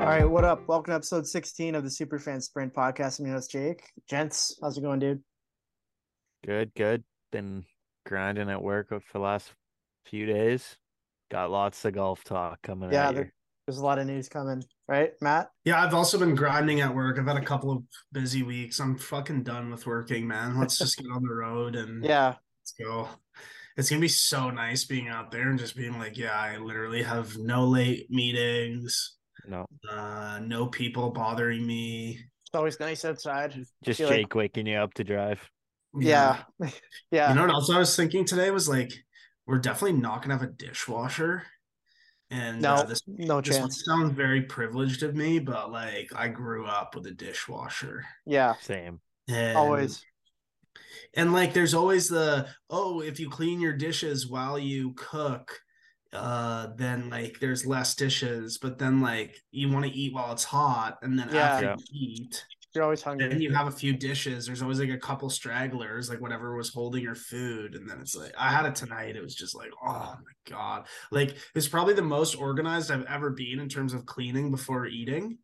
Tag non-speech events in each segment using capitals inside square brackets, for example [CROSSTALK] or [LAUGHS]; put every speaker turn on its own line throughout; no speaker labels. up? Welcome to episode 16 of the Superfan Sprint podcast. I'm your host, Jake. Gents, how's it going, dude?
Good, good. Been grinding at work for the last few days. Got lots of golf talk coming
Yeah,
yeah,
there- There's a lot of news coming, right, Matt?
Yeah, I've also been grinding at work. I've had a couple of busy weeks. I'm fucking done with working, man. Let's just get on the road
[LAUGHS]
and
Yeah.
let's go. It's gonna be so nice being out there and just being like, yeah, I literally have no late meetings,
No,
uh, no people bothering me.
It's always nice outside.
just
feel like-
Jake waking you up
[LAUGHS]
to drive.
Yeah. Yeah. [LAUGHS]
You know what else I was thinking today was like, we're definitely not gonna have a dishwasher. And
no,
uh, this
no
this one
chance.
sounds very privileged of me, but like I grew up with a dishwasher.
Yeah.
Same.
And
Always.
And like there's always the oh, if you clean your dishes while you cook, uh then like there's less dishes, but then like you want to eat while it's hot, and then
Yeah.
after
Yeah.
you eat,
You're always
then
hungry.
you have a few dishes. There's always like a couple stragglers, like whatever was holding your food, and then it's like I had it tonight. It was just like, oh my god. Like it's probably the most organized I've ever been in terms of cleaning before eating.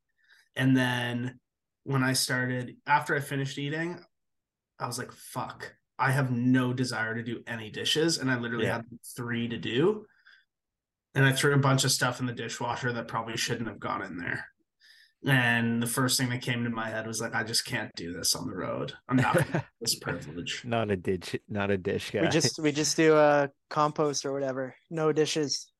And then when I started after I finished eating, I was like, fuck, I have no desire to do any dishes. And I literally
Yeah.
had three to do. And I threw a bunch of stuff in the dishwasher that probably shouldn't have gone in there. And the first thing that came to my head was like, I just can't do this on the road. I'm not gonna have
[LAUGHS]
this privilege.
Not a ditch, not a dish guy.
We just we just do a compost or whatever. No dishes.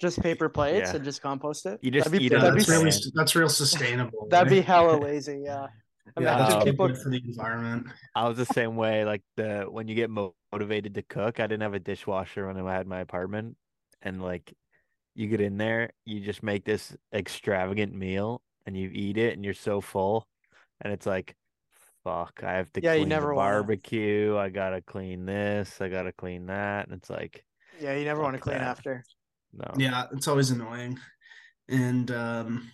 Just paper plates
Yeah.
and just compost it.
You just
that'd be,
eat it
that'd
Yeah,
on
be,
that's
the
really
sand.
that's real sustainable.
that'd be
right?
hella lazy. Yeah.
yeah,
Imagine
that's
um,
people
good for the environment.
I was the same way. Like the when you get mo- motivated to cook, I didn't have a dishwasher when I had my apartment, and like you get in there, you just make this extravagant meal, and you eat it, and you're so full, and it's like, fuck, I have to
Yeah, you
clean the
never wanna-
barbecue. I gotta clean this. I gotta clean that. And it's like,
Yeah, you never want to
Fuck
clean
that.
after.
no,
Yeah, it's always annoying. And um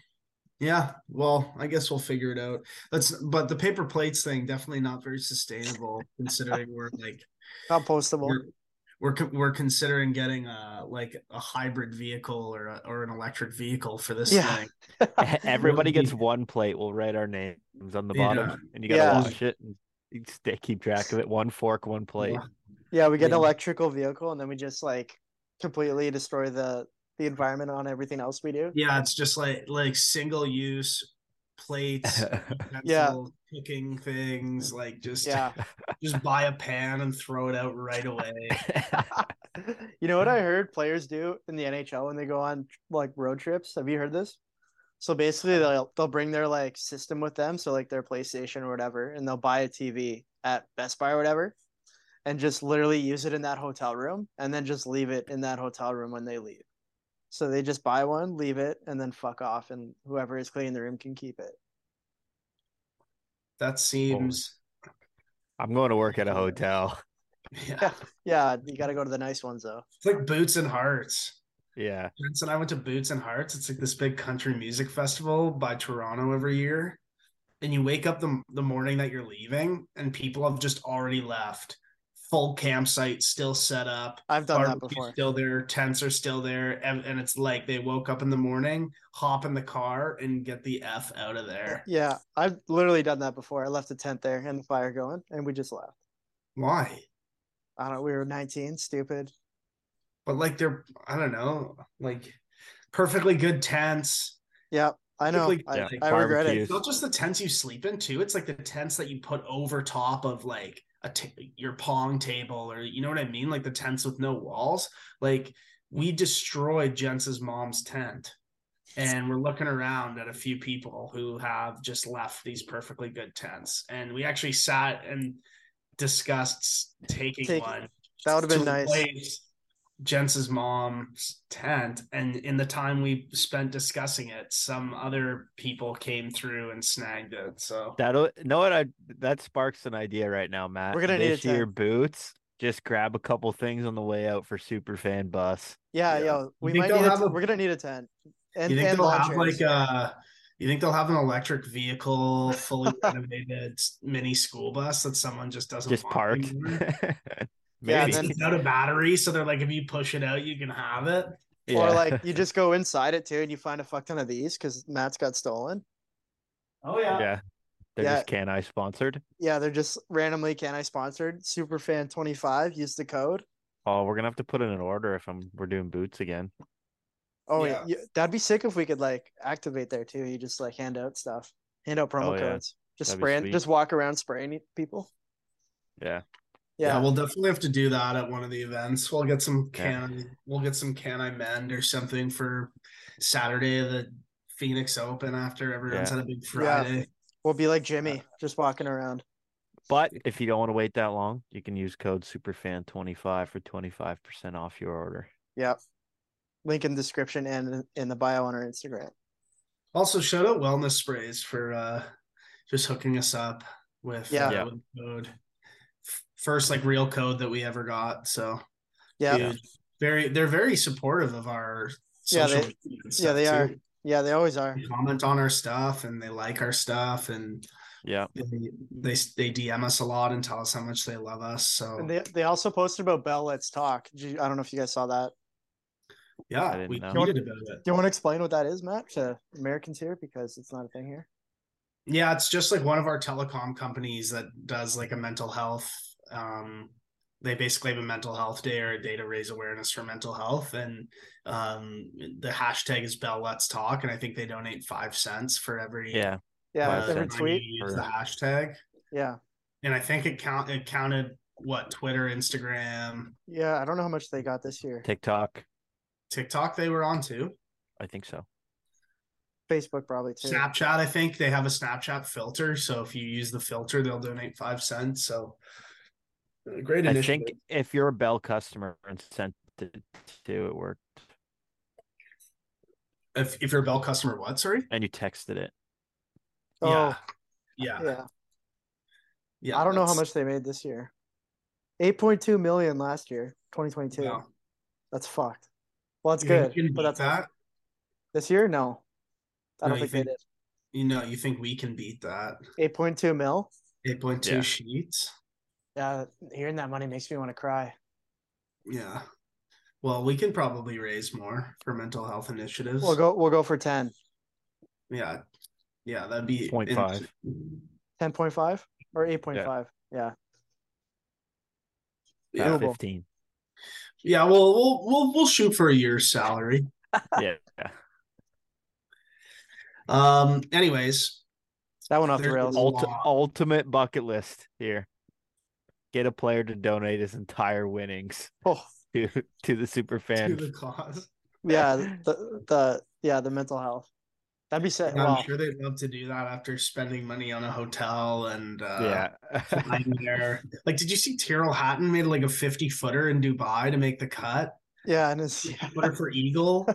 yeah, well, I guess we'll figure it out. Let's but the paper plates thing definitely not very sustainable considering we're like
Compostable.
we're we're, con- we're considering getting a like a hybrid vehicle or a, or an electric vehicle for this
Yeah.
thing.
[LAUGHS] everybody
Really-
gets one plate. We'll write our names on the
Yeah.
bottom, and you gotta
Yeah.
wash it. And you stay keep track of it. One fork, one plate.
Yeah, we get an
Yeah.
electrical vehicle and then we just like completely destroy the the environment on everything else we do.
Yeah, it's just like like single use plates,
[LAUGHS] Yeah.
pencil, cooking things, like just
Yeah. [LAUGHS]
just buy a pan and throw it out right away.
[LAUGHS]
you know what I heard players do in the NHL when they go on like road trips? Have you heard this? So basically they'll they'll bring their like system with them, so like their PlayStation or whatever, and they'll buy a TV at Best Buy or whatever and just literally use it in that hotel room and then just leave it in that hotel room when they leave. So they just buy one, leave it, and then fuck off and whoever is cleaning the room can keep it.
That seems
I'm going to work at a hotel. [LAUGHS]
yeah.
Yeah, you got to go to the nice ones though.
It's like Boots and Hearts.
Yeah.
Vince and I went to Boots and Hearts. It's like this big country music festival by Toronto every year. And you wake up the, the morning that you're leaving, and people have just already left. Full campsite still set up.
I've done that
barbecue's
before.
Still there. Tents are still there. And, and it's like they woke up in the morning, hop in the car, and get the F out of there.
Yeah, I've literally done that before. I left a tent there and the fire going, and we just left.
Why?
I don't. We were nineteen, stupid.
But like they're, I don't know, like perfectly good tents.
Yeah, I know.
Perfectly-
I,
Yeah,
I regret it.
barbecues.
It's not just the tents you sleep in too. It's like the tents that you put over top of like a t- your pong table or you know what I mean, like the tents with no walls. Like we destroyed Jens's mom's tent, and we're looking around at a few people who have just left these perfectly good tents, and we actually sat and discussed taking
Take-
one.
That would have been
to
nice.
replace Jens's mom's tent, and in the time we spent discussing it, some other people came through and snagged it. So
That'll know what I that sparks an idea right now, Matt.
gonna need a
this year boots. Just grab a couple things on the way out for super fan bus.
Yeah,
Yeah.
yo, we
think
might
they'll
need. A
have
t-
a-
we're gonna need a tent. And
you think
and
they'll
lawn
have
chairs.
like a you think they'll have an electric
[LAUGHS]
vehicle, fully renovated mini school bus that someone just doesn't
Just
want
parked. [LAUGHS]
anymore?
Maybe.
Yeah, and
Maybe
then-
it's out of battery, so they're like, if you push it out, you can have it.
[LAUGHS]
Or like you just go inside it too and you find a fuck ton of these because Matt's got stolen.
Oh yeah.
yeah. They're
Yeah.
just can I sponsored.
Yeah, they're just randomly can I sponsored. Superfan twenty five, use the code.
Oh, we're gonna have to put in an order if I'm we're doing boots again.
Oh yeah.
Yeah.
you- that'd be sick if we could like activate there too. You just like hand out stuff. Hand out promo
Oh, yeah.
codes. Just
That'd be
spraying
sweet.
just walk around spraying people.
Yeah.
Yeah,
Yeah.
we'll definitely have to do that at one of the events. We'll get some can we'll get some can I mend or something for Saturday of the Phoenix Open after everyone's
Yeah.
had a big Friday.
We'll be like Jimmy, just walking around.
But if you don't want to wait that long, you can use code SUPERFAN25 for 25% off your order.
Yep. Link in description and in the bio on our Instagram.
Also shout out wellness sprays for uh just hooking us up with
Yeah.
uh,
Yeah.
with code. F- First like real code that we ever got. So
Yeah.
dude, very they're very supportive of our
Yeah,
social
they-
media and
yeah, they
stuff,
are.
too.
Yeah, they always are.
They comment on our stuff and they like our stuff and
Yeah.
they they, they DM us a lot and tell us how much they love us. So
And they they also posted about Bell Let's Talk. Did you- I don't know if you guys saw that.
I
yeah,
didn't
we
know.
tweeted about it.
Do you want to explain what that is, Matt, to Americans here because it's not a thing here?
Yeah, it's just like one of our telecom companies that does like a mental health. Um, they basically have a mental health day or a day to raise awareness for mental health, and um, the hashtag is Bell Let's Talk, and I think they donate five cents for every
Yeah.
Yeah,
Five
with every
cents.
tweet.
Use the hashtag,
Yeah,
and I think it count it counted what Twitter, Instagram,
yeah. I don't know how much they got this year.
TikTok.
TikTok they were on too.
I think so.
Facebook probably too.
Snapchat, I think they have a Snapchat filter. So if you use the filter, they'll donate five cents. So uh, great
I
initiative.
think if you're a Bell customer and sent it to it worked
if, if you're a Bell customer, what? Sorry.
and you texted it.
Oh,
Yeah.
yeah.
Yeah. yeah
I don't know how
that's-
much they made this year. Eight point two million last year, twenty twenty two.
Wow.
That's fucked. Well, that's
You think
good,
we can
but
beat
that's
that.
this year. No, I don't
No, you
think they
think-
did.
You know, you think we can beat that?
Eight point two mil.
8.2
Yeah.
sheets.
Yeah, hearing that money makes me want to cry.
Yeah. Well, we can probably raise more for mental health initiatives.
We'll go. We'll go for ten.
Yeah. Yeah. That'd be
0.5.
Ten point five or eight point five. Yeah.
Yeah.
Yeah.
15.
Yeah. Well, we'll, we'll, we'll shoot for a year's salary.
yeah.
Um, anyways,
That went off the
There's
rails.
all-
Ulti-
lot.
ultimate bucket list here. Get a player to donate his entire winnings [LAUGHS]
Oh.
to, to the super fan.
to the cause.
yeah, the the yeah the mental health. That'd be sick.
And
Wow.
I'm sure they'd love to do that after spending money on a hotel and uh,
yeah.
flying there. Like, did you see Tyrrell Hatton made like a 50 footer in Dubai to make the cut?
Yeah, and it's
Footer for
[LAUGHS]
Eagle.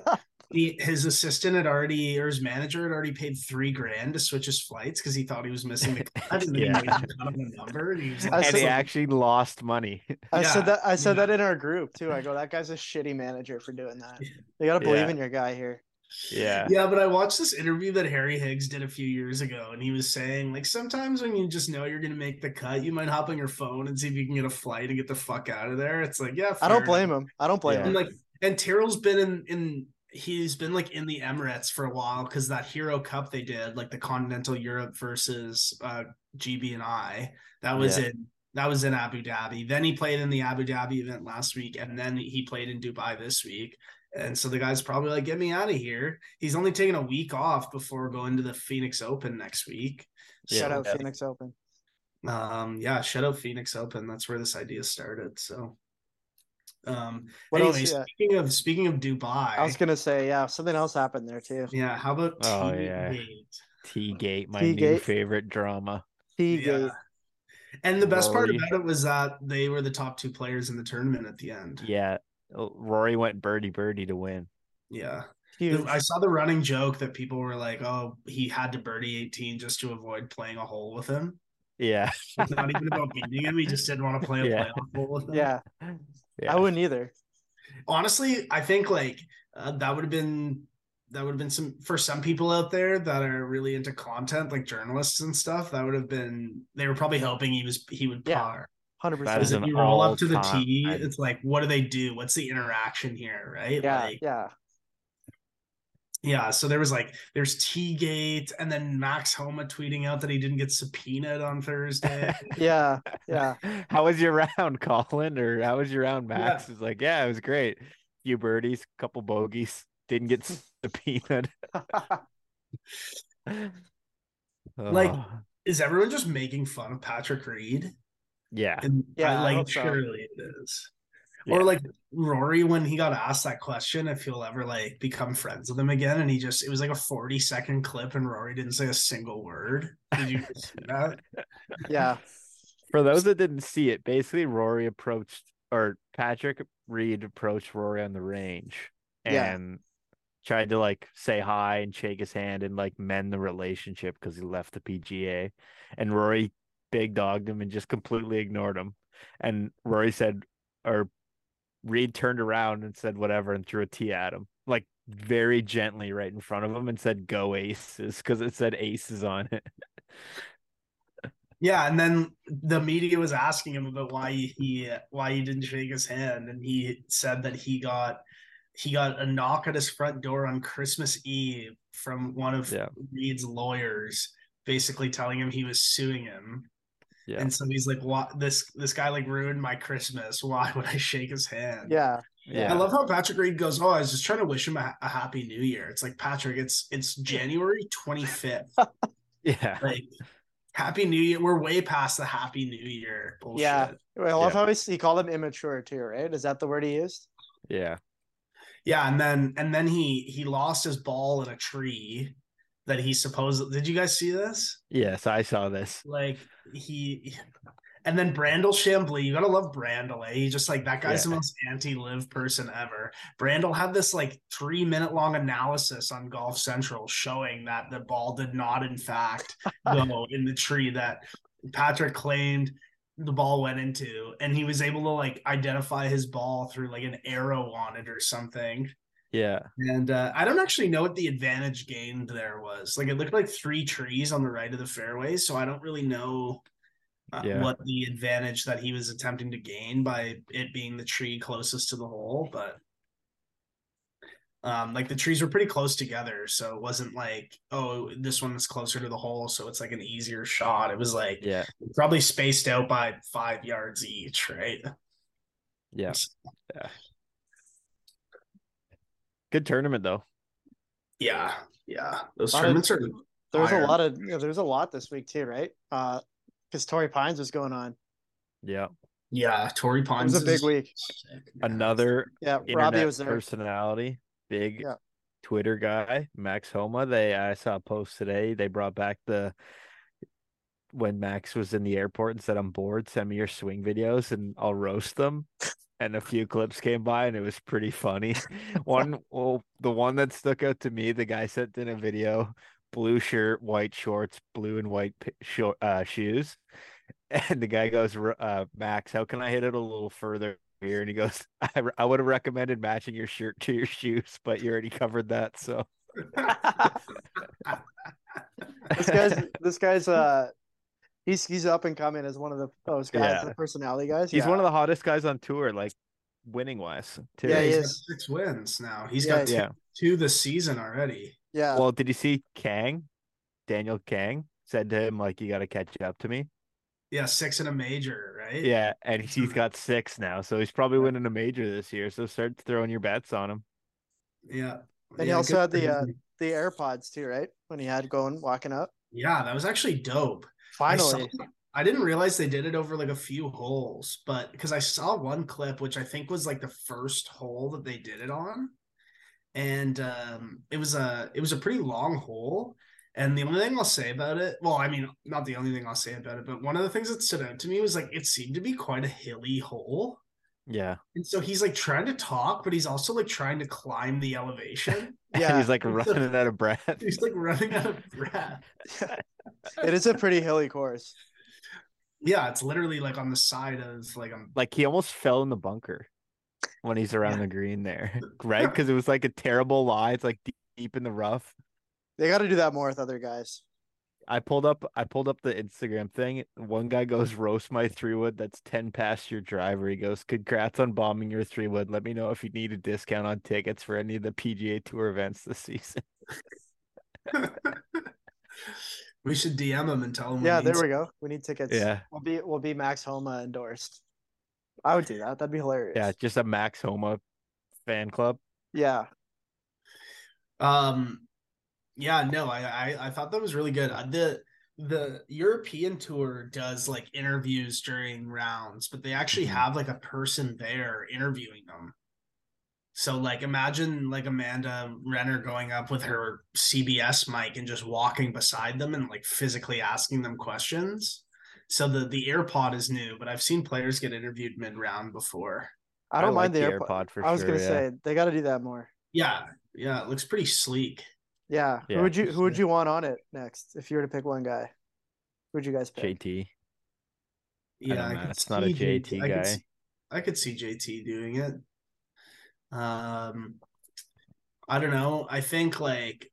He, his assistant had already, or his manager had already paid three grand to switch his flights because he thought he was missing the cut.
[LAUGHS]
And then
Yeah.
he made the cut on the number. And he was
I
like,
and he
said-
actually lost money. [LAUGHS]
I said
Yeah,
that I said that in our group too. I go, that guy's a shitty manager for doing that. You gotta believe
Yeah.
in your guy here.
Yeah.
Yeah, but I watched this interview that Harry Higgs did a few years ago, and he was saying like sometimes when you just know you're gonna make the cut, you might hop on your phone and see if you can get a flight and get the fuck out of there. It's like yeah,
I don't blame him. I don't blame
Yeah.
And
him.
like, and Tyrrell's been in in he's been like in the Emirates for a while because that Hero Cup they did, like the Continental Europe versus uh, GB and I, that was
Yeah.
in that was in Abu Dhabi. Then he played in the Abu Dhabi event last week, and then he played in Dubai this week. And so the guy's probably like, "Get me out of here." He's only taking a week off before going to the Phoenix Open next week.
Yeah.
Shut
So,
out Phoenix Open.
um, yeah, shout out Phoenix Open. That's where this idea started. So, um,
What
anyway,
else? Yeah.
speaking of speaking of Dubai,
I was gonna say, yeah, something else happened there too.
yeah, how about
Oh,
Team
yeah.
Gate?
T Gate, my new
Teagate.
favorite drama.
He
Yeah.
gave-
And the best part
Rory.
about it was that they were the top two players in the tournament at the end.
Yeah. Rory went birdie birdie to win.
Yeah.
huge.
I saw the running joke that people were like, oh, he had to birdie 18 just to avoid playing a hole with him.
Yeah.
It's not
[LAUGHS]
even about beating him. He just didn't want to play a
Yeah.
playoff hole with him.
Yeah,
Yeah.
I wouldn't either.
honestly, I think like uh, that would have been that would have been some for some people out there that are really into content, like journalists and stuff. That would have been they were probably hoping he was he would
Yeah.
par.
hundred
That is
Because
percent.
if
an
you roll up to the
all-time-
tee, it's like, what do they do? What's the interaction here? Right?
Yeah,
Like,
yeah.
Yeah, so there was like there's Teagate and then Max Homa tweeting out that he didn't get subpoenaed
[LAUGHS]
on Thursday.
Yeah. Yeah.
How was your [LAUGHS] round, Colin? Or how was your round,
Yeah.
Max? Is like, yeah, it was great. Few birdies, couple bogeys, didn't get
[LAUGHS]
[LAUGHS] subpoenaed.
Like-
Ugh.
Is everyone just making fun of Patrick Reed?
yeah,
And
Yeah, I
I, like
hope so.
surely it is.
Yeah.
Or like Rory when he got asked that question if he'll ever like become friends with him again and he just it was like a 40 second clip and Rory didn't say a single word. Did you see that?
yeah.
For those that didn't see it, basically Rory approached or Patrick Reed approached Rory on the range
Yeah.
and tried to like say hi and shake his hand and like mend the relationship because he left the PGA. And Rory big dogged him and just completely ignored him. And Rory said, or Reed turned around and said whatever and threw a tee at him, like very gently right in front of him and said, Go aces because it said aces on it.
Yeah, and then the media was asking him about why he why he didn't shake his hand, and he said that he got he got a knock at his front door on Christmas Eve from one of
Yeah.
Reed's lawyers, basically telling him he was suing him.
Yeah.
And so he's like, "What this this guy like ruined my Christmas? Why would I shake his hand?"
Yeah.
I love how Patrick Reed goes, "Oh, I was just trying to wish him a, a happy New Year." It's like Patrick, it's it's January
[LAUGHS]
twenty fifth.
Yeah.
like happy new year we're way past the happy new year bullshit.
Yeah. I love
Yeah.
how he, he called him immature too, right? Is that the word he used?
Yeah.
yeah and then and then he he lost his ball in a tree that he supposed did you guys see this
Yes, I saw this.
like he and then Brandel Chambly, you gotta love Brandel. Eh? He's just like that guy's the
Yeah.
most anti-live person ever. Brandel had this like three-minute long analysis on Golf Central showing that the ball did not, in fact, go in the tree that Patrick claimed the ball went into, and he was able to like identify his ball through like an arrow on it or something.
Yeah.
And uh, I don't actually know what the advantage gained there was. Like it looked like three trees on the right of the fairway, so I don't really know uh,
Yeah.
what the advantage that he was attempting to gain by it being the tree closest to the hole. But um, like the trees were pretty close together, so it wasn't like oh this one is closer to the hole, so it's like an easier shot. It was like
Yeah.
probably spaced out by five yards each, right?
Yeah. Good tournament though.
Yeah, yeah. Those
Lot of-
tournaments are
There was a
Iron.
lot of yeah, there was a lot this week too, right? Uh because Tory Pines was going on.
Yeah.
yeah. Tory
It
Pines
was a
is-
big week.
Another
Yeah, Robbie
internet
was there.
personality, big
Yeah.
Twitter guy, Max Homa. They I saw a post today. They brought back the when Max was in the airport and said, I'm bored, send me your swing videos and I'll roast them. And a few clips came by and it was pretty funny. [LAUGHS]
[LAUGHS]
one well, the one that stuck out to me, the guy sent in a video, blue shirt, white shorts, blue and white p- short, uh, shoes. [LAUGHS] And the guy goes, "Ro- uh, Max, how can I hit it a little further here? And he goes, I, re- I would have recommended matching your shirt to your [LAUGHS] shoes, but you already covered that. So
[LAUGHS]
this guy's
[LAUGHS]
this guy's uh he's he's up and coming as one of the those guys,
Yeah.
the personality guys.
He's
yeah.
one of the hottest guys on tour, like winning wise. Too.
Yeah, he
he's got
is.
six wins now. He's
Yeah,
got two,
yeah.
two this season already.
yeah.
Well, did you see Kang? Daniel Kang said to him, like, you got to catch up to me.
Yeah, six in a major, right?
Yeah. And he's got six now. So he's probably winning a major this year. So start throwing your bets on him.
yeah.
And he
Yeah,
also
good
had
for
the, uh,
him.
the AirPods too, right? When he had going walking up.
yeah, that was actually dope. I saw-
Finally.
I didn't realize they did it over like a few holes, but because I saw one clip, which I think was like the first hole that they did it on, and um, it was a it was a pretty long hole. And the only thing I'll say about it, well, I mean, not the only thing I'll say about it, but one of the things that stood out to me was like it seemed to be quite a hilly hole.
Yeah.
And so he's like trying to talk, but he's also like trying to climb the elevation.
[LAUGHS]
And
Yeah. [LAUGHS]
he's like running out of breath. [LAUGHS]
he's like running out of breath.
it is a pretty hilly course.
Yeah, it's literally like on the side of like um
Like he almost fell in the bunker when he's around
Yeah.
the green there, [LAUGHS] right? Because it was like a terrible lie. It's like deep in the rough.
They gotta do that more with other guys.
I pulled up I pulled up the Instagram thing. One guy goes roast my three wood that's 10 past your driver. He goes, Congrats on bombing your three wood. Let me know if you need a discount on tickets for any of the PGA tour events this [LAUGHS] season.
we should DM him and tell him.
Yeah,
need
there
some-
we go. We need tickets.
Oh, Yeah.
We'll be we'll be Max Homa endorsed. I would do that. That'd be hilarious.
Yeah, just a Max Homa fan club.
Yeah.
Um, yeah, no, I, I I thought that was really good. Uh, The the European tour does like interviews during rounds, but they actually
Mhm.
have like a person there interviewing them. So like imagine like Amanda Renner going up with her CBS mic and just walking beside them and like physically asking them questions. So the the AirPod is new, but I've seen players get interviewed mid round before.
I don't
like
mind the AirPod.
for
I was
sure.
gonna
yeah.
say they gotta do that more.
Yeah, yeah, it looks pretty sleek.
Yeah.
Yeah.
Who would you who would
Yeah.
you want on it next if you were to pick one guy? Who'd you guys pick?
JT. I
Yeah,
don't know.
could
It's not a
see
JT
I could
guy.
see- I could see JT doing it. Um, I don't know. I think like,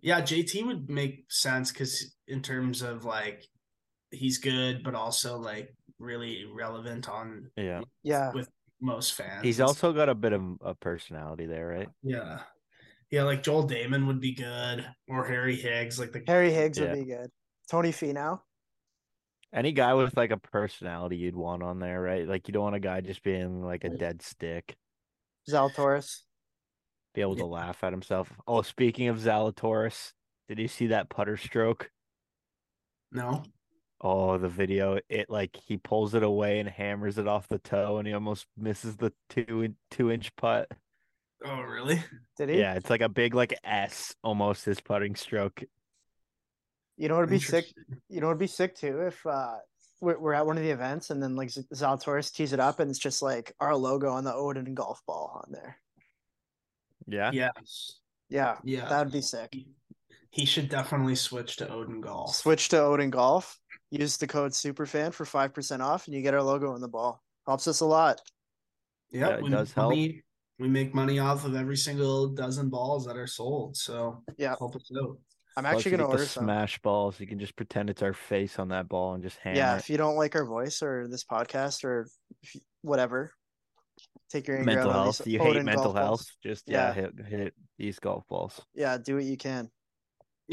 yeah, JT would make sense because in terms of like, he's good, but also like really relevant on
Yeah.
Yeah.
with most fans.
He's
and
also got a bit of a personality there, right?
yeah, yeah, like Joel Damon would be good or Harry Higgs, like the
Harry Higgs
Yeah.
would be good. Tony Finau.
Any guy with like a personality you'd want on there, right? Like you don't want a guy just being like a dead stick,
Zalatoris.
be able
Yeah.
to laugh at himself. Oh, speaking of Zalatoris, did you see that putter stroke?
no.
Oh, the video. It like he pulls it away and hammers it off the toe and he almost misses the two in, two inch putt.
Oh, really?
Did he?
Yeah, it's like a big like S almost his putting stroke.
You know what'd be sick?
Interesting.
You know what'd be sick too if uh we're, we're at one of the events and then like Z- Zalatoris tees it up and it's just like our logo on the Odin golf ball on there.
Yeah.
Yes.
Yeah,
Yeah.
that would be sick.
He should definitely switch to Odin Golf.
Switch to Odin Golf. Use the code Superfan for five percent off, and you get our logo on the ball. Helps us a lot.
Yep,
Yeah, it
we
does
make money, We make money off of every single dozen balls that are sold. So
Yeah.
help us out.
I'm
Plus
actually
you
gonna
get the
order some.
smash balls. You can just pretend it's our face on that ball and just hammer
Yeah,
it.
if you don't like our voice or this podcast or if you- whatever, take your anger
mental
out on these
health. You hate
Odin
mental
golf balls.
health. Just yeah, hit hit these golf balls.
Yeah, do what you can. [LAUGHS]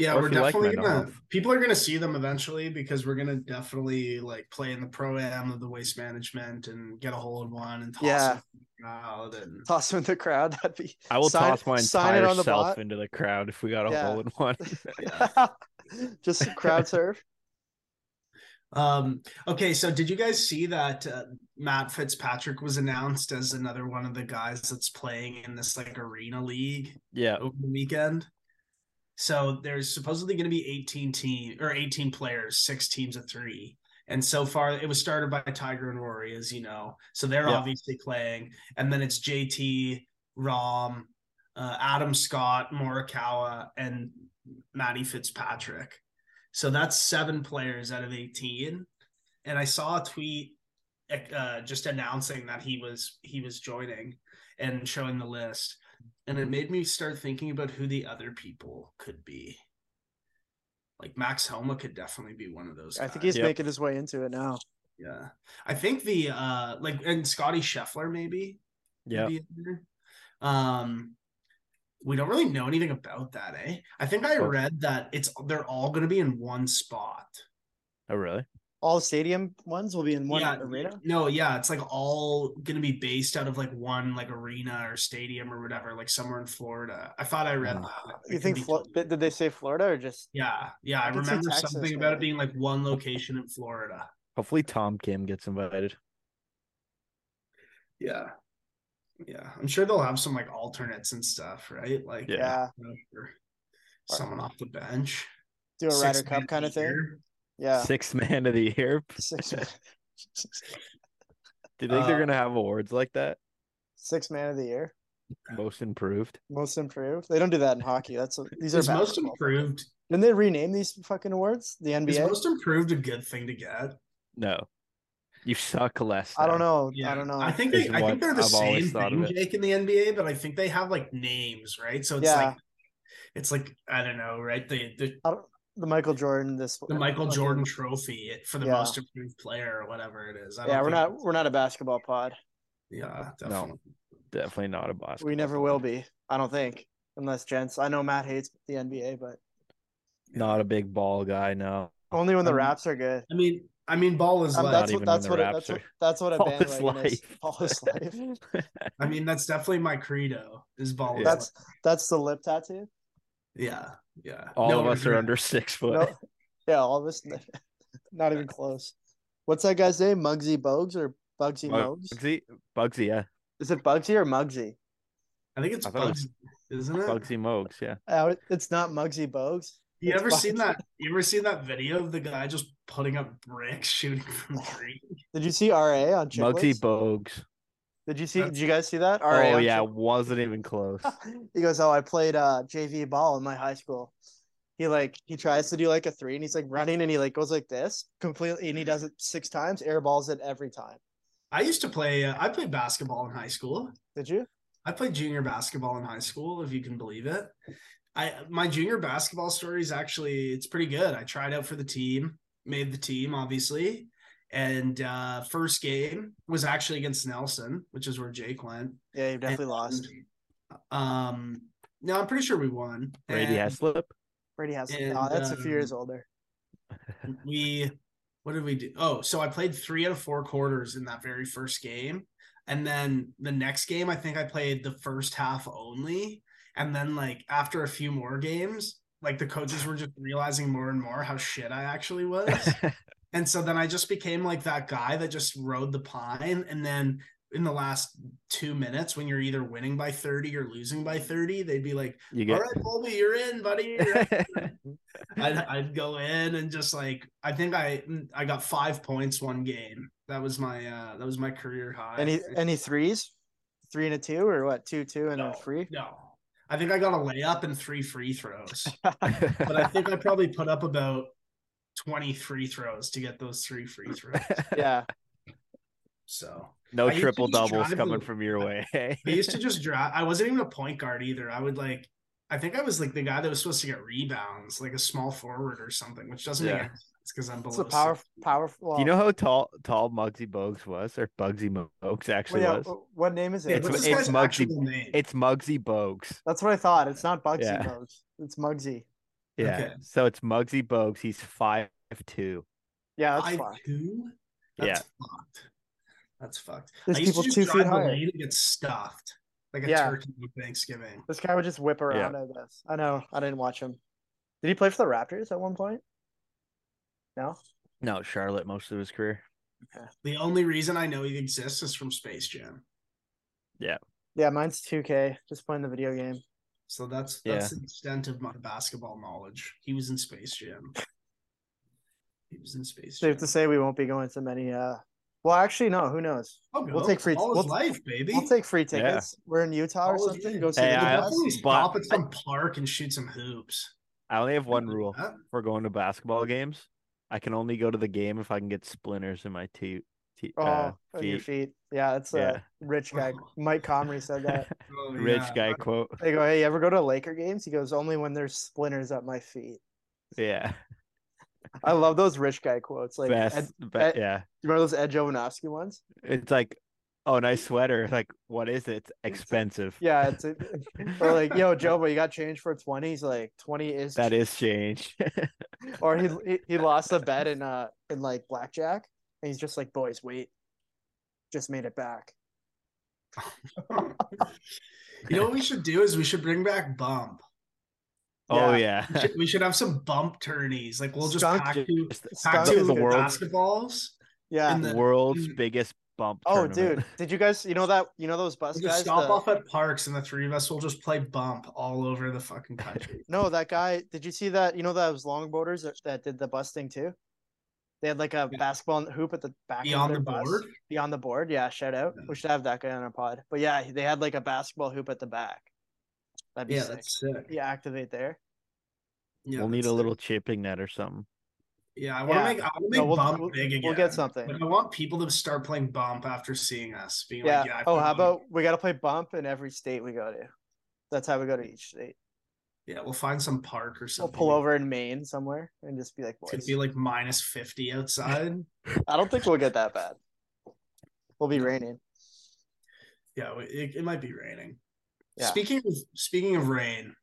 Yeah,
Or if
we're
you like
definitely
mental
gonna.
health.
People are gonna see them eventually because we're gonna definitely like play in the pro am of the waste management and get a hole in one and toss
Yeah.
it in the crowd and
Toss them in the crowd. That'd
[LAUGHS]
be
I will
Sign-
toss my
sign it
entire
on the
self
bot.
into the crowd if we got a
Yeah.
hole in
[LAUGHS]
one.
just some crowd surf.
Um, okay, so did you guys see that uh, Matt Fitzpatrick was announced as another one of the guys that's playing in this like arena league?
yeah.
over the weekend. So there's supposedly going to be 18 team or 18 players, six teams of three. And so far, it was started by Tiger and Rory, as you know. So they're
Yeah.
obviously playing, and then it's JT, Rom, uh, Adam Scott, Morikawa, and Matty Fitzpatrick. So that's seven players out of 18. And I saw a tweet uh, just announcing that he was he was joining and showing the list and it made me start thinking about who the other people could be. Like Max Homa could definitely be one of those.
I think
guys.
he's
Yep.
making his way into it now.
yeah. I think the uh like and Scotty Scheffler maybe. could
Yeah.
be in there. Um we don't really know anything about that, eh? I think I
Oh.
read that it's they're all gonna be in one spot.
Oh really?
All stadium ones will be in one
yeah,
arena.
No, yeah, it's like all gonna be based out of like one like arena or stadium or whatever, like somewhere in Florida. I thought I read
Mhm.
that. I
Ah, You
could
think?
be
Flo-
totally
did did they say Florida or just?
Yeah, yeah,
I
I
could see
remember
Texas,
something about it
maybe.
being like one location in Florida.
Hopefully Tom Kim gets invited.
Yeah. Yeah, I'm sure they'll have some like alternates and stuff, right? Like
Yeah.
Yeah,
or someone off the bench.
do a Ryder
Sixth man
Cup kind of
the
thing.
year. [LAUGHS]
Yeah.
Sixth [LAUGHS] man of the year.
Six,
Do you think they're
Uh,
gonna have awards like that?
six man of the year,
Most improved.
most improved. They don't do that in hockey. That's these are
Is most
basketball.
improved
Didn't they rename these fucking awards? The
is
NBA.
most improved a good thing to get?
No. You suck less.
I don't
now.
know.
Yeah.
I don't know.
I think
Is
they I
what
think they're the
I've always
same
thought of
thing,
it.
Jake, in the NBA, but I think they have like names, right? So it's like it's like I don't know, right? The the
The Michael Jordan this
the Michael
fucking-
Jordan Trophy for the
Yeah.
most improved player or whatever it is. I don't
Yeah, we're
think-
not we're not a basketball pod.
Yeah, definitely.
Definitely not a boss.
We never will be, I don't think, unless gents. I know Matt hates the NBA, but
Not a big ball guy. No.
only when the
Um,
Raps are good.
I mean, I mean, ball is
Um,
life.
that's
even
what that's
when
what,
the
it, that's what that's
Raps [LAUGHS]
what a
Ball is
bandwagon is.
life.
All
[LAUGHS]
his life.
I mean, that's definitely my credo. Is ball is
That's that's the lip tattoo.
life. yeah, yeah.
All
No
of us are
regret.
under six foot.
No, yeah, all of us. [LAUGHS] Not even close. What's that guy's name? Muggsy Bogues or Bugsy Mogues?
Bugsy, Bugsy, yeah,
Is it Bugsy or Muggsy?
I think it's
I thought it
Bugs,
was-
isn't it?
Bugsy Mogues, yeah.
Uh, It's not Muggsy Bogues.
You
It's
ever seen
Bugsy.
that? You ever seen that video of the guy just putting up bricks [LAUGHS] shooting from the tree?
Did you see RA on Chicklets?
Mugsy Bogues.
Did you see? Did you guys see that? RA
oh
on
yeah,
Chick-
wasn't
[LAUGHS]
even close.
he goes, "Oh, I played uh, JV ball in my high school." He like he tries to do like a three, and he's like running, and he like goes like this completely, and he does it six times, airballs it every time.
I used to play. Uh, I played basketball in high school.
Did you?
I played junior basketball in high school, if you can believe it. I my junior basketball story is actually it's pretty good. I tried out for the team, made the team, obviously. And uh first game was actually against Nelson, which is where Jake went.
Yeah, you definitely
And,
lost.
Um no, I'm pretty sure we won.
Brady
And
Heslip.
[LAUGHS] Brady has.
and,
oh, that's a few years
um,
older.
we what did we do? Oh, so I played three out of four quarters in that very first game. And then the next game, I think I played the first half only. And then like after a few more games, like the coaches were just realizing more and more how shit I actually was. and so then I just became like that guy that just rode the pine. And then in the last two minutes, when you're either winning by 30 or losing by 30, they'd be like,
[LAUGHS] you
All
get.
right, Bobby, you're in, buddy. You're
[LAUGHS]
in." I'd, I'd go in and just like I think I I got five points one game. That was my uh that was my career high.
Any any threes? Three and a two, or what? Two two and
no,
a
[LAUGHS]
three.
No, I think I got a layup and three free
[LAUGHS]
throws. but I think I probably put up about twenty free throws to get those three free throws.
Yeah,
So
no
I used to
triple doubles
drive
coming
the-
from your way. [LAUGHS]
I used
[LAUGHS]
to just draft. I wasn't even a point guard either. I would like. I think I was like the guy that was supposed to get rebounds, like a small forward or something, which doesn't make
Yeah.
any sense because I'm below.
it's a
six
powerful powerful.
Do you know how tall tall Mugsy Bogues was, or Bugsy Bogues actually
yeah,
was?
what name is it?
Hey,
It's-
what's this
it's
guy's
Muggsy-
actual name?
It's Mugsy Bogues.
That's what I thought. It's not Bugsy
Yeah.
Bogues. It's Muggsy.
Yeah.
Okay.
So it's Mugsy Bogues. He's five two.
Yeah, that's
Five
fine.
two? That's fucked. That's fucked.
There's
I used
people
to
two
just
feet
drive the
higher.
lane and get stuffed like a
Yeah.
turkey on Thanksgiving.
This guy would just whip around. I guess. I know. I didn't watch him. Did he play for the Raptors at one point? No.
No, Charlotte most of his career.
The only reason I know he exists is from Space Jam.
Yeah, mine's 2K. Just playing the video game.
So that's that's the extent of my basketball knowledge. He was in Space Jam. He was in Space Jam.
Safe to say we won't be going to many. Uh, well, actually, no. Who knows?
I'll
we'll
go.
take free-
All his
we'll-
life, baby.
We'll take free
Yeah.
tickets. We're in Utah or
All his
something.
life.
Go see
Hey,
the
I-
Jazz.
Definitely
but-
stop at some park and shoot some hoops.
I only have one rule [LAUGHS]
Huh?
for going to basketball games. I can only go to the game if I can get splinters in my te- te-
Oh,
uh,
on your
feet.
feet. Yeah, it's a
Yeah.
rich guy. Mike Comrie said that.
[LAUGHS]
Oh,
Rich
yeah.
guy quote.
They go, "Hey, you ever go to Laker games?" He goes, "Only when there's splinters at my feet."
Yeah.
I love those rich guy quotes. Like,
Best.
Ed,
be-
Ed-
yeah.
you remember those Ed Jovanovski ones?
It's like, oh, nice sweater. Like, what is it? It's expensive.
Yeah, it's a, or like, yo, Joe, but you got change for twenty? He's like, twenty is
That is [LAUGHS] change.
cheap." Or he he- he lost a bet in uh in like blackjack, and he's just like, boys, wait, just made it back.
[LAUGHS] you know what we should do is we should bring back bump.
oh
Yeah.
yeah.
We should, we should have some bump tourneys. Like we'll just
Skunk
[LAUGHS]
pack
Just-
two,
just
pack
Skunk
two
is
the
the world.
basketballs.
Yeah.
in the-
world's
in-
biggest bump.
Oh,
tournament.
dude, did you guys? You know that? You know those bus
We'll
guys?
just stop
The-
off at parks, and the three of us will just play bump all over the
[LAUGHS]
fucking country.
no, that guy. Did you see that? You know that was longboarders that, that did the bus thing too. They had like a
Yeah.
basketball hoop at the back.
Be
of
on
their
the
bus.
board.
Beyond the board, yeah. Shout out.
Yeah.
We should have that guy on our pod. But yeah, they had like a basketball hoop at the back. That'd be
Yeah,
sick.
that's sick.
Yeah, activate there.
Yeah,
we'll need
that's
a
sick.
little chipping net or something.
Yeah, I want to
Yeah.
make. I want to make
No, we'll-
bump
we'll-
big again.
We'll get something.
But I want people to start playing bump after seeing us. Being
Yeah.
Like, yeah I
oh,
played
how
Bump.
about we got to play bump in every state we go to? That's how we go to each state.
Yeah, we'll find some park or
We'll
something.
pull over in Maine somewhere and just be like,
It's gonna
boys,
be like minus
[LAUGHS]
fifty outside.
I don't think we'll get that bad. We'll be raining.
yeah, it, it might be raining.
Yeah.
Speaking of speaking of rain,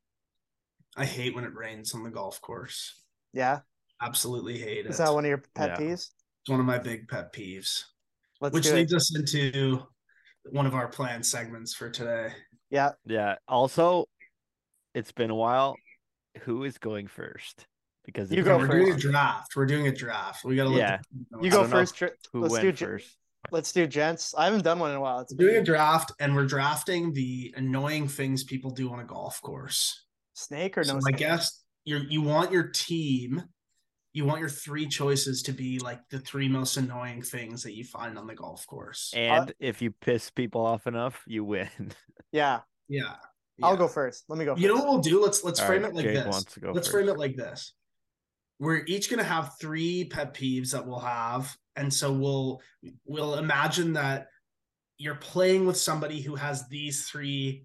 I hate when it rains on the golf course.
Yeah.
Absolutely hate it.
Is that one of your pet
Yeah.
peeves?
It's one of my big pet peeves.
Let's
which
do it.
leads us into one of our planned segments for today.
Yeah.
Yeah. Also, it's been a while. Who is going first? Because
You
it's
go
been
we're
a
first.
doing a
while.
draft. We're doing a draft. We gotta let
Yeah.
the-
You
I
go
don't know
first. Tri-
Who
Let's
went
do J-
first?
Let's do gents. I haven't done one in a while. It's
We're doing a
been
draft, and we're drafting the annoying things people do on a golf course.
snake or no
so I
snake?
guess you you want your team, you want your three choices to be like the three most annoying things that you find on the golf course.
Eh,
And
Uh,
if you piss people off enough, you win. [LAUGHS]
Yeah.
yeah,
I'll
yeah.
go first. Let me go first.
You know what we'll do? Let's let's
All
frame
right,
it like
Jake
this.
wants to go
Let's
first.
frame it like this. We're each gonna have three pet peeves that we'll have, and so we'll we'll imagine that you're playing with somebody who has these three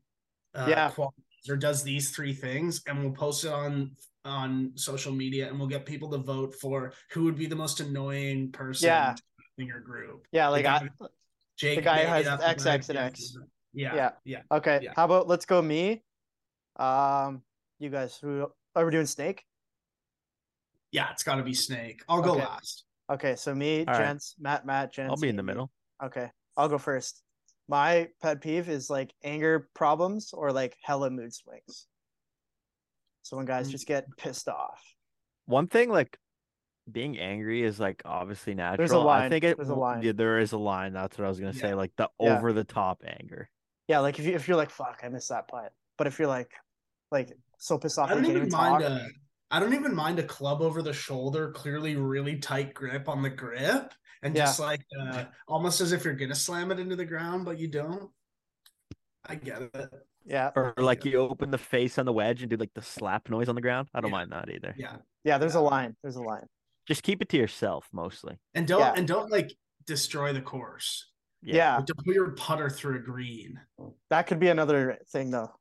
uh,
Yeah.
qualities or does these three things, and we'll post it on on social media, and we'll get people to vote for who would be the most annoying person
Yeah.
in your group.
yeah, like I,
Jake,
guy who
made
has
it up,
X,
but I
X, and
can't
X.
do that. Yeah, yeah,
Yeah. okay.
Yeah.
How about let's go me? Um you guys who are we doing snake?
yeah. It's got to be Snake. I'll go
Okay.
last.
Okay, so me,
All right.
gents, Matt, Matt, gents.
I'll be in
me,
the
me.
middle.
Okay. I'll go first. My pet peeve is like anger problems or like hella mood swings. So when
Mm.
guys just get pissed off.
One thing, like being angry is like obviously natural. I
line.
think it,
There's a line.
Yeah, there is a line. That's what I was gonna
Yeah.
say. Like the
Yeah.
over the top anger.
Yeah, like if you if you're like, fuck, I missed that putt. But if you're like like so pissed off you
I don't
can't
even
even
mind
talk.
a. I don't even mind a club over the shoulder, clearly really tight grip on the grip, and
Yeah.
just like uh, almost as if you're gonna slam it into the ground, but you don't. I get it.
Yeah.
Or like you open the face on the wedge and do like the slap noise on the ground. I don't
Yeah.
mind that either.
Yeah,
Yeah, there's a
Yeah.
line. There's a line.
Just keep it to yourself mostly.
and don't
Yeah.
and don't like destroy the course.
Yeah.
yeah.
Like, don't put your putter through a green.
That could be another thing though.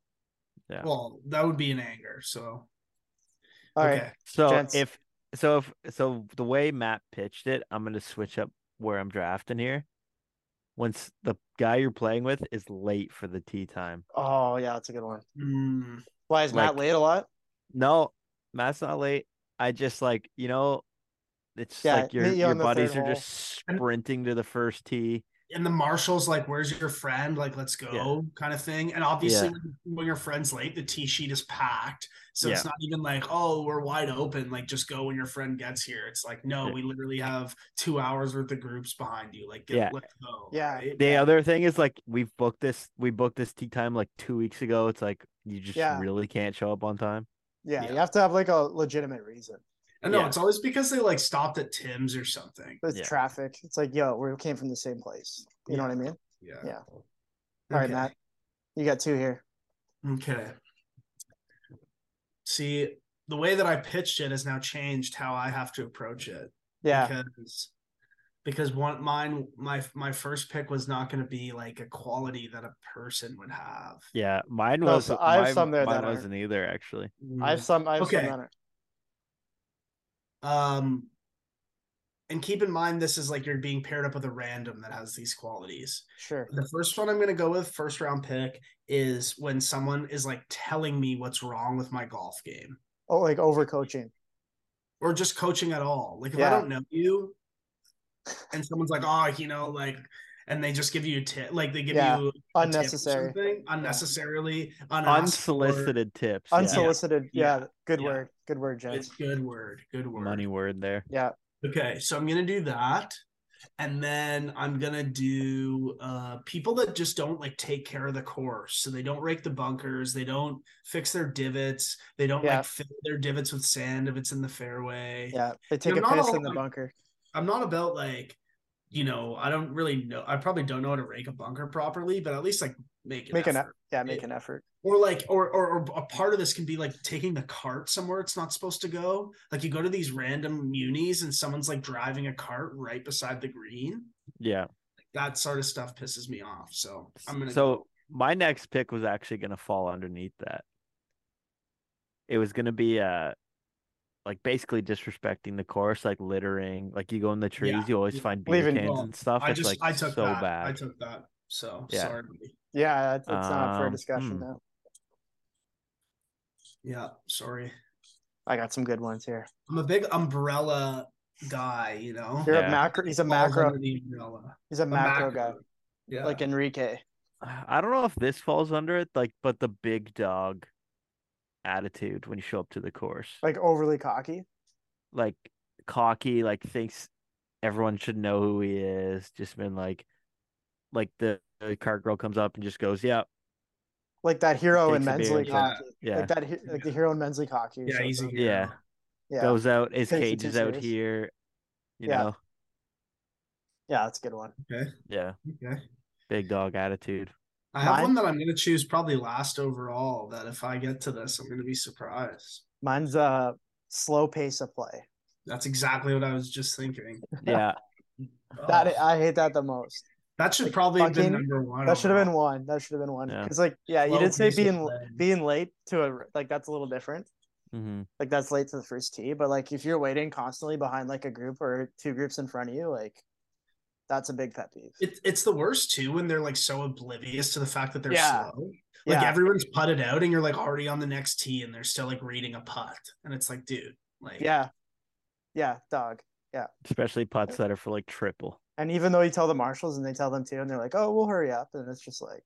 Yeah.
Well, that would be an anger. So
All right.
okay,
So
Gents.
if so if so the way Matt pitched it, I'm gonna switch up where I'm drafting here. Once the guy you're playing with is late for the tea time.
Oh yeah, that's a good one.
Mm,
Why is Matt
Like-
late a lot?
No, Matt's not late. I just like you know, it's just
Yeah,
like your
meet you
your
on the
buddies
third
are just sprinting to the first tee.
and the marshal's like, "Where's your friend? Like, let's go," kind of thing. And obviously,
Yeah.
when, when your friend's late, the tee sheet is packed, so it's
Yeah.
not even like, "Oh, we're wide open. Like, just go when your friend gets here." It's like, no,
Yeah.
we literally have two hours worth of groups behind you. Like, get,
Yeah.
let's go.
Yeah.
right?
The other thing is like we've booked this we booked this tea time like two weeks ago. It's like you just
Yeah.
really can't show up on time.
Yeah,
Yeah.
you have to have like a legitimate reason.
And no,
yeah.
it's always because they like stopped at Tim's or something.
It's
Yeah.
traffic. It's like, yo, we came from the same place. You know
Yeah.
what I mean?
Yeah.
Yeah. All right,
Okay.
Matt. You got two here.
Okay. See, the way that I pitched it has now changed how I have to approach it.
Yeah.
because because one mine my my first pick was not going to be like a quality that a person would have.
Yeah. Mine
No,
was
so I have
mine-
some there
mine
that are-
wasn't either actually.
I have some I have
Okay.
some on it.
um and keep in mind this is like you're being paired up with a random that has these qualities.
Sure.
The first one I'm going to go with first round pick is when someone is like telling me what's wrong with my golf game
Oh, like overcoaching.
or just coaching at all. Like if I
Yeah.
don't know you and someone's like, "Oh, you know, like" and they just give you a tip, like they give
Yeah.
you a tip or
Unnecessary.
something, unnecessarily, unasked for.
Unsolicited tips. yeah.
Unsolicited. Yeah.
Yeah.
Good
Yeah.
word. Good word,
Good,
Jens.
good word. Good word.
Money word there.
Yeah.
Okay, so I'm gonna do that, and then I'm gonna do uh, people that just don't like take care of the course, so they don't rake the bunkers, they don't fix their divots, they don't
Yeah.
like fill their divots with sand if it's in the fairway.
Yeah. They take
You're
a
not
piss
all
in the
like-
bunker.
I'm not about like, you know, I don't really know. I probably don't know how to rake a bunker properly, but at least like make an
Make an e-,
effort.
effort. Yeah, make an effort.
or like, or, or or a part of this can be like taking the cart somewhere it's not supposed to go. Like you go to these random munis and someone's like driving a cart right beside the green.
Yeah.
That sort of stuff pisses me off. So I'm gonna
So my next pick was actually gonna fall underneath that. it was gonna be uh like basically disrespecting the course, like littering. Like you go in the trees,
Yeah.
you always
Yeah.
find beer
Leaving-
cans
Well,
and stuff.
I
It's
just
like
I took
so
that.
bad.
I took that. So
Yeah.
sorry.
Yeah, it's, it's not up for
Um,
discussion
hmm.
now.
Yeah, sorry.
I got some good ones here.
I'm a big umbrella guy, you know.
You're a
Yeah.
macro. He's a
Falls
macro.
under the umbrella.
He's a
A
macro guy,
Yeah.
like Enrique.
[SIGHS] I don't know if this falls under it, like, but the big dog attitude when you show up to the course,
like overly cocky.
like cocky, like thinks everyone should know who he is. Just been like, like the, the cart girl comes up and just goes, "Yeah,
Like that hero in
Takes a
men's
beer
league
and
shit.
hockey.
yeah,
Like that he- like the hero in men's league hockey.
yeah,
shows
he's a
up.
hero.
Yeah.
yeah.
goes out. His
Takes it
cage
too
is out
serious.
here." You
Yeah.
know,
yeah, that's a good one.
yeah,
Okay.
big
[LAUGHS]
dog attitude.
I have
Mine-
one that I'm gonna choose probably last overall. That if I get to this, I'm gonna be surprised.
Mine's a slow pace of play.
That's exactly what I was just thinking.
Yeah,
[LAUGHS] That
Oh,
I hate that the most.
that should
like,
probably have been
fucking-
number one.
That should have been
overall.
one. That should have been one.
Yeah.
Because like, yeah, you
Slow
did say
pace of
being
play.
being late to a like that's a little different.
hmm
Like that's late to the first tee, but like if you're waiting constantly behind like a group or two groups in front of you, like that's a big pet peeve.
It, it's the worst too when they're like so oblivious to the fact that they're
Yeah.
slow. Like
yeah,
everyone's putted out, and you're like already on the next tee, and they're still like reading a putt, and it's like, dude, like
yeah, yeah, dog.
especially putts that are for like triple.
And even though you tell the marshals and they tell them too, and they're like, "Oh, we'll hurry up," and it's just like,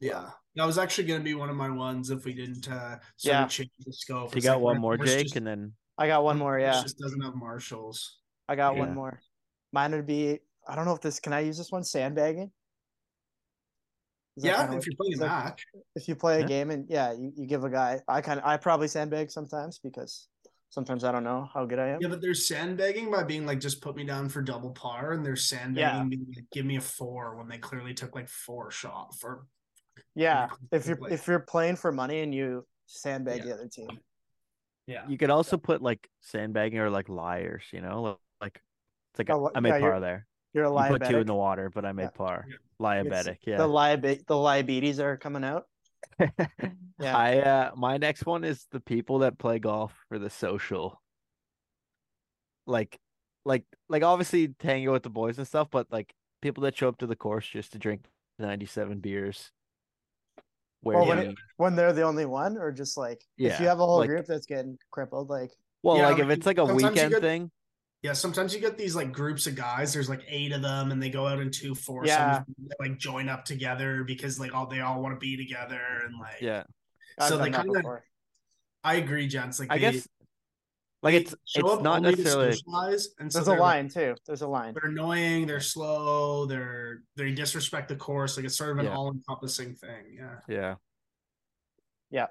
Yeah. That was actually going to be one of my ones if we didn't uh, sort
Yeah.
of change the scope.
So you
It's
got
like,
one
my
more,
horse
Jake,
just-
and then
I got one
my
more.
horse
Yeah,
Mm, just doesn't have marshals.
I got one
Yeah.
more. Mine would be I don't know if this can I use this one sandbagging. Is that
yeah,
kinda
if
what-
you're playing
is
a
that-
match.
if you play a
Yeah.
game and yeah, you, you give a guy. I kind of I probably sandbag sometimes because sometimes I don't know how good I am.
Yeah, but there's sandbagging by being like, just put me down for double par, and there's sandbagging being like, give me a four when they clearly took like four shot for.
Yeah, if
Yeah,
you're
like-
if you're playing for money and you sandbag
Yeah.
the other team,
Yeah.
you could also put like sandbagging or like liars. You know, Li- like it's like
Oh, li-
I made
yeah, you're-
par there.
you're a
You put two in
liability.
the water, but I made par. Liabetic,
The
yeah.
liabi- the liabilities are coming out.
[LAUGHS]
Yeah.
I uh my next one is the people that play golf for the social. Like like like obviously tango with the boys and stuff, but like people that show up to the course just to drink 97 beers. Where
Well,
you-
when
well,
it- when they're the only one, or just like if you
Yeah,
have a whole
like-
group that's getting crippled, like
Yeah,
like if
like,
it's like a
sometimes you
weekend
get-
thing,
Yeah, sometimes you get these like groups of guys. There's like eight of them, and they go out in two foursomes.
Yeah.
and, Like join up together because like all they all want to be together, and like
yeah.
I've
So
done
they
that
kinda-
before.
I agree, gents. Like
I
they-
guess like
they
it's
show
it's
up
not
only to
necessarily
socialize, and so
There's a
they're, like,
line too. There's a line.
they're annoying. They're slow. They're they disrespect the course. Like it's sort of an
Yeah.
all encompassing thing. Yeah.
yeah.
Yeah.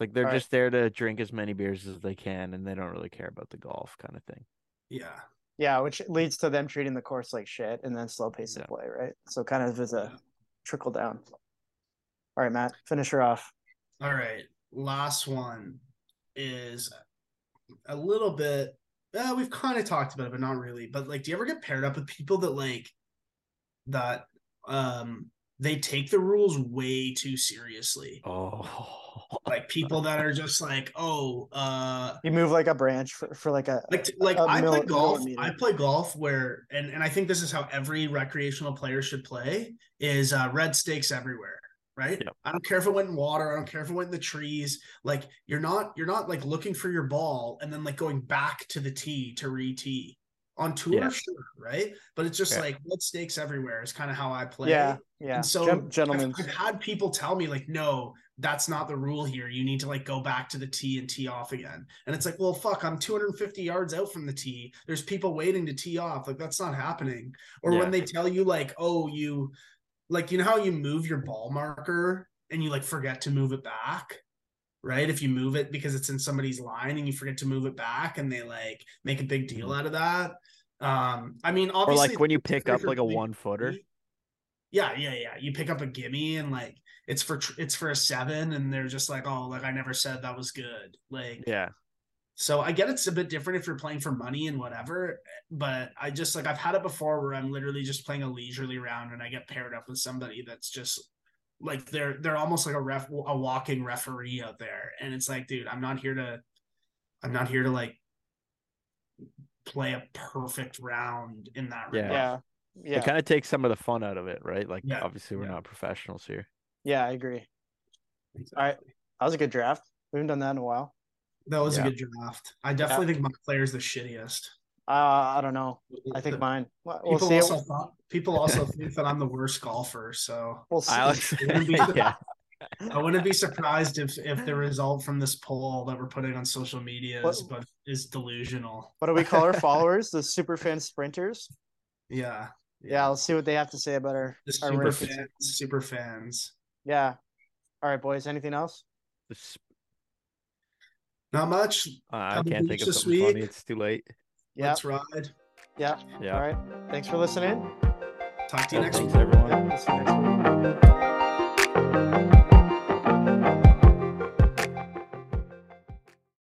Like they're
Alright.
just there to drink as many beers as they can and they don't really care about the golf kind of thing.
Yeah.
Yeah, which leads to them treating the course like shit and then slow pace
Yeah.
of play, right? So kind of as a trickle down. All right, Matt, finish her off.
All right. Last one is a little bit. Uh, we've kind of talked about it, but not really. But like, do you ever get paired up with people that like that? Um, they take the rules way too seriously.
Oh.
[LAUGHS] Like people that are just like, oh, uh,
You move like a branch for, for like a
like t- like
a
I play
milli-
golf.
millimeter.
I play golf where and and I think this is how every recreational player should play is uh, red stakes everywhere. Right.
Yep.
I don't care if it went in water. I don't care if it went in the trees. Like you're not you're not like looking for your ball and then like going back to the tee to re tee on tour.
Yeah.
Sure. Right. But it's just
Yeah.
like red stakes everywhere is kind of how I play.
yeah, yeah.
And so
Gen-
I've- [LAUGHS]
gentlemen,
I've, had people tell me like, no, that's not the rule here. You need to like go back to the tee and tee off again. And it's like, well, fuck, I'm 250 yards out from the tee. There's people waiting to tee off. Like that's not happening. Or
Yeah.
when they tell you like, oh, you like, you know how you move your ball marker and you like forget to move it back. Right. If you move it because it's in somebody's line and you forget to move it back and they like make a big deal
Mhm.
out of that. Um, I mean,
Or
obviously,
like when you
it's different
pick
if
up
you're
like a
playing
one footer.
yeah, yeah, yeah. You pick up a gimme and like it's for tr- it's for a seven, and they're just like, oh, like I never said that was good. Like,
Yeah.
so I get it's a bit different if you're playing for money and whatever, but I just like I've had it before where I'm literally just playing a leisurely round and I get paired up with somebody that's just like they're they're almost like a ref a walking referee out there and it's like dude i'm not here to i'm not here to like play a perfect round in that
Yeah.
regard.
yeah, yeah,
It kind of takes some of the fun out of it, right? Like
Yeah.
obviously we're
Yeah.
not professionals here.
yeah. I agree. Alright. That was a good draft. We haven't done that in a while.
that was
Yeah.
a good draft i definitely think my player's the shittiest
Uh, I don't know. I think mine. Well, We'll
people
see.
also thought people also think that i'm the worst golfer so
We'll see.
I [LAUGHS] was,
wouldn't be
yeah,
I wouldn't be surprised if if the result from this poll that we're putting on social media is
What-
but is delusional.
what do we call our followers? The super fan sprinters.
[LAUGHS] Yeah.
Yeah, let's see what they have to say about our,
The
our
super
rankings.
fans, super fans.
Yeah. All right, boys. Anything else?
The sp-
Not much.
uh, I
Have a
can't think
beach
of
this
something funny.
week.
It's too late.
Yeah.
Let's ride.
yeah.
Yeah.
All right. Thanks for listening.
Talk to you
Well,
next week.
thanks everyone.
Yeah, we'll see you next week.